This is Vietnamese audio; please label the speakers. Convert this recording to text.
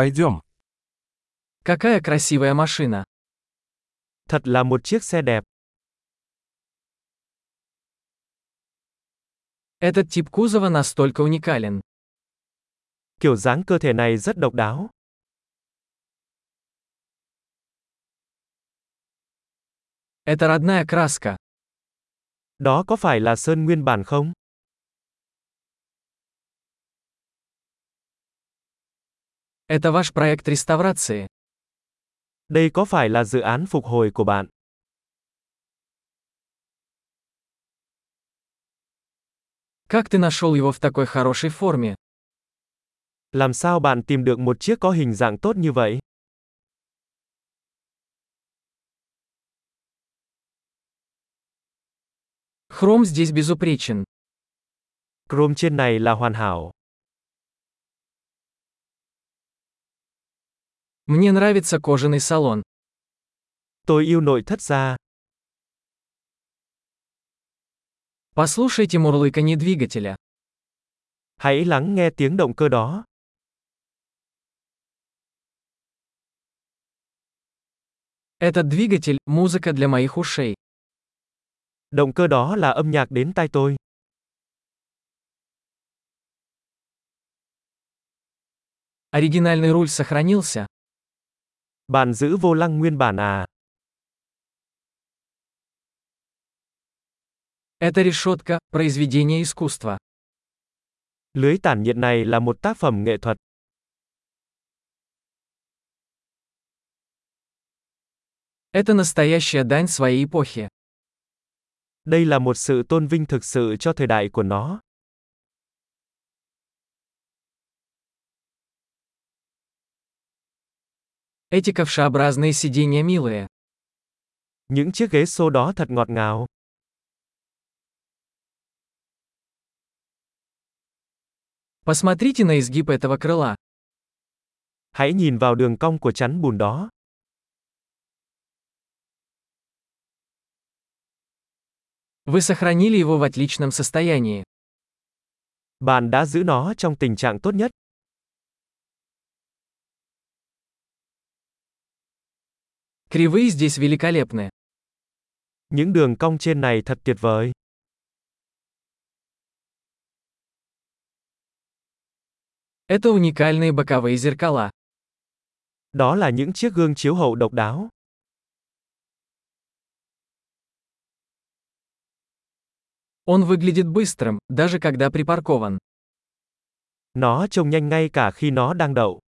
Speaker 1: Пойдем.
Speaker 2: Какая красивая машина.
Speaker 3: Thật là một chiếc xe đẹp.
Speaker 2: Этот тип кузова настолько уникален.
Speaker 3: Kiểu dáng cơ thể này rất độc đáo.
Speaker 2: Это родная краска.
Speaker 3: Đó có phải là sơn nguyên bản không?
Speaker 2: Это ваш проект реставрации.
Speaker 3: Đây có phải là dự án phục hồi của bạn?
Speaker 2: Как ты нашел его в такой хорошей форме?
Speaker 3: Làm sao bạn tìm được một chiếc có hình dạng tốt như vậy?
Speaker 2: Хром здесь безупречен.
Speaker 3: Chrome trên này là hoàn hảo.
Speaker 2: Мне нравится кожаный салон.
Speaker 3: Tôi yêu nội thất da.
Speaker 2: Послушайте мурлыканье двигателя.
Speaker 3: Hãy lắng nghe tiếng động cơ đó.
Speaker 2: Этот двигатель – музыка для моих ушей.
Speaker 3: Động cơ đó là âm nhạc đến tai tôi.
Speaker 2: Оригинальный руль сохранился.
Speaker 3: Bạn giữ vô lăng nguyên bản à?
Speaker 2: Эта решетка – произведение искусства.
Speaker 3: Lưới tản nhiệt này là một tác phẩm nghệ thuật.
Speaker 2: Это настоящая дань своей эпохи.
Speaker 3: Đây là một sự tôn vinh thực sự cho thời đại của nó.
Speaker 2: Эти ковшеобразные сиденья милые.
Speaker 3: Những chiếc ghế xô đó thật ngọt ngào.
Speaker 2: Посмотрите на изгиб этого крыла.
Speaker 3: Hãy nhìn vào đường cong của chắn bùn đó.
Speaker 2: Вы сохранили его в отличном состоянии.
Speaker 3: Bạn đã giữ nó trong tình trạng tốt nhất.
Speaker 2: Кривые здесь великолепны.
Speaker 3: Những đường cong trên này thật tuyệt vời.
Speaker 2: Это уникальные боковые зеркала.
Speaker 3: Đó là những chiếc gương chiếu hậu độc đáo.
Speaker 2: Он выглядит быстрым, даже когда припаркован.
Speaker 3: Nó trông nhanh ngay cả khi nó đang đậu.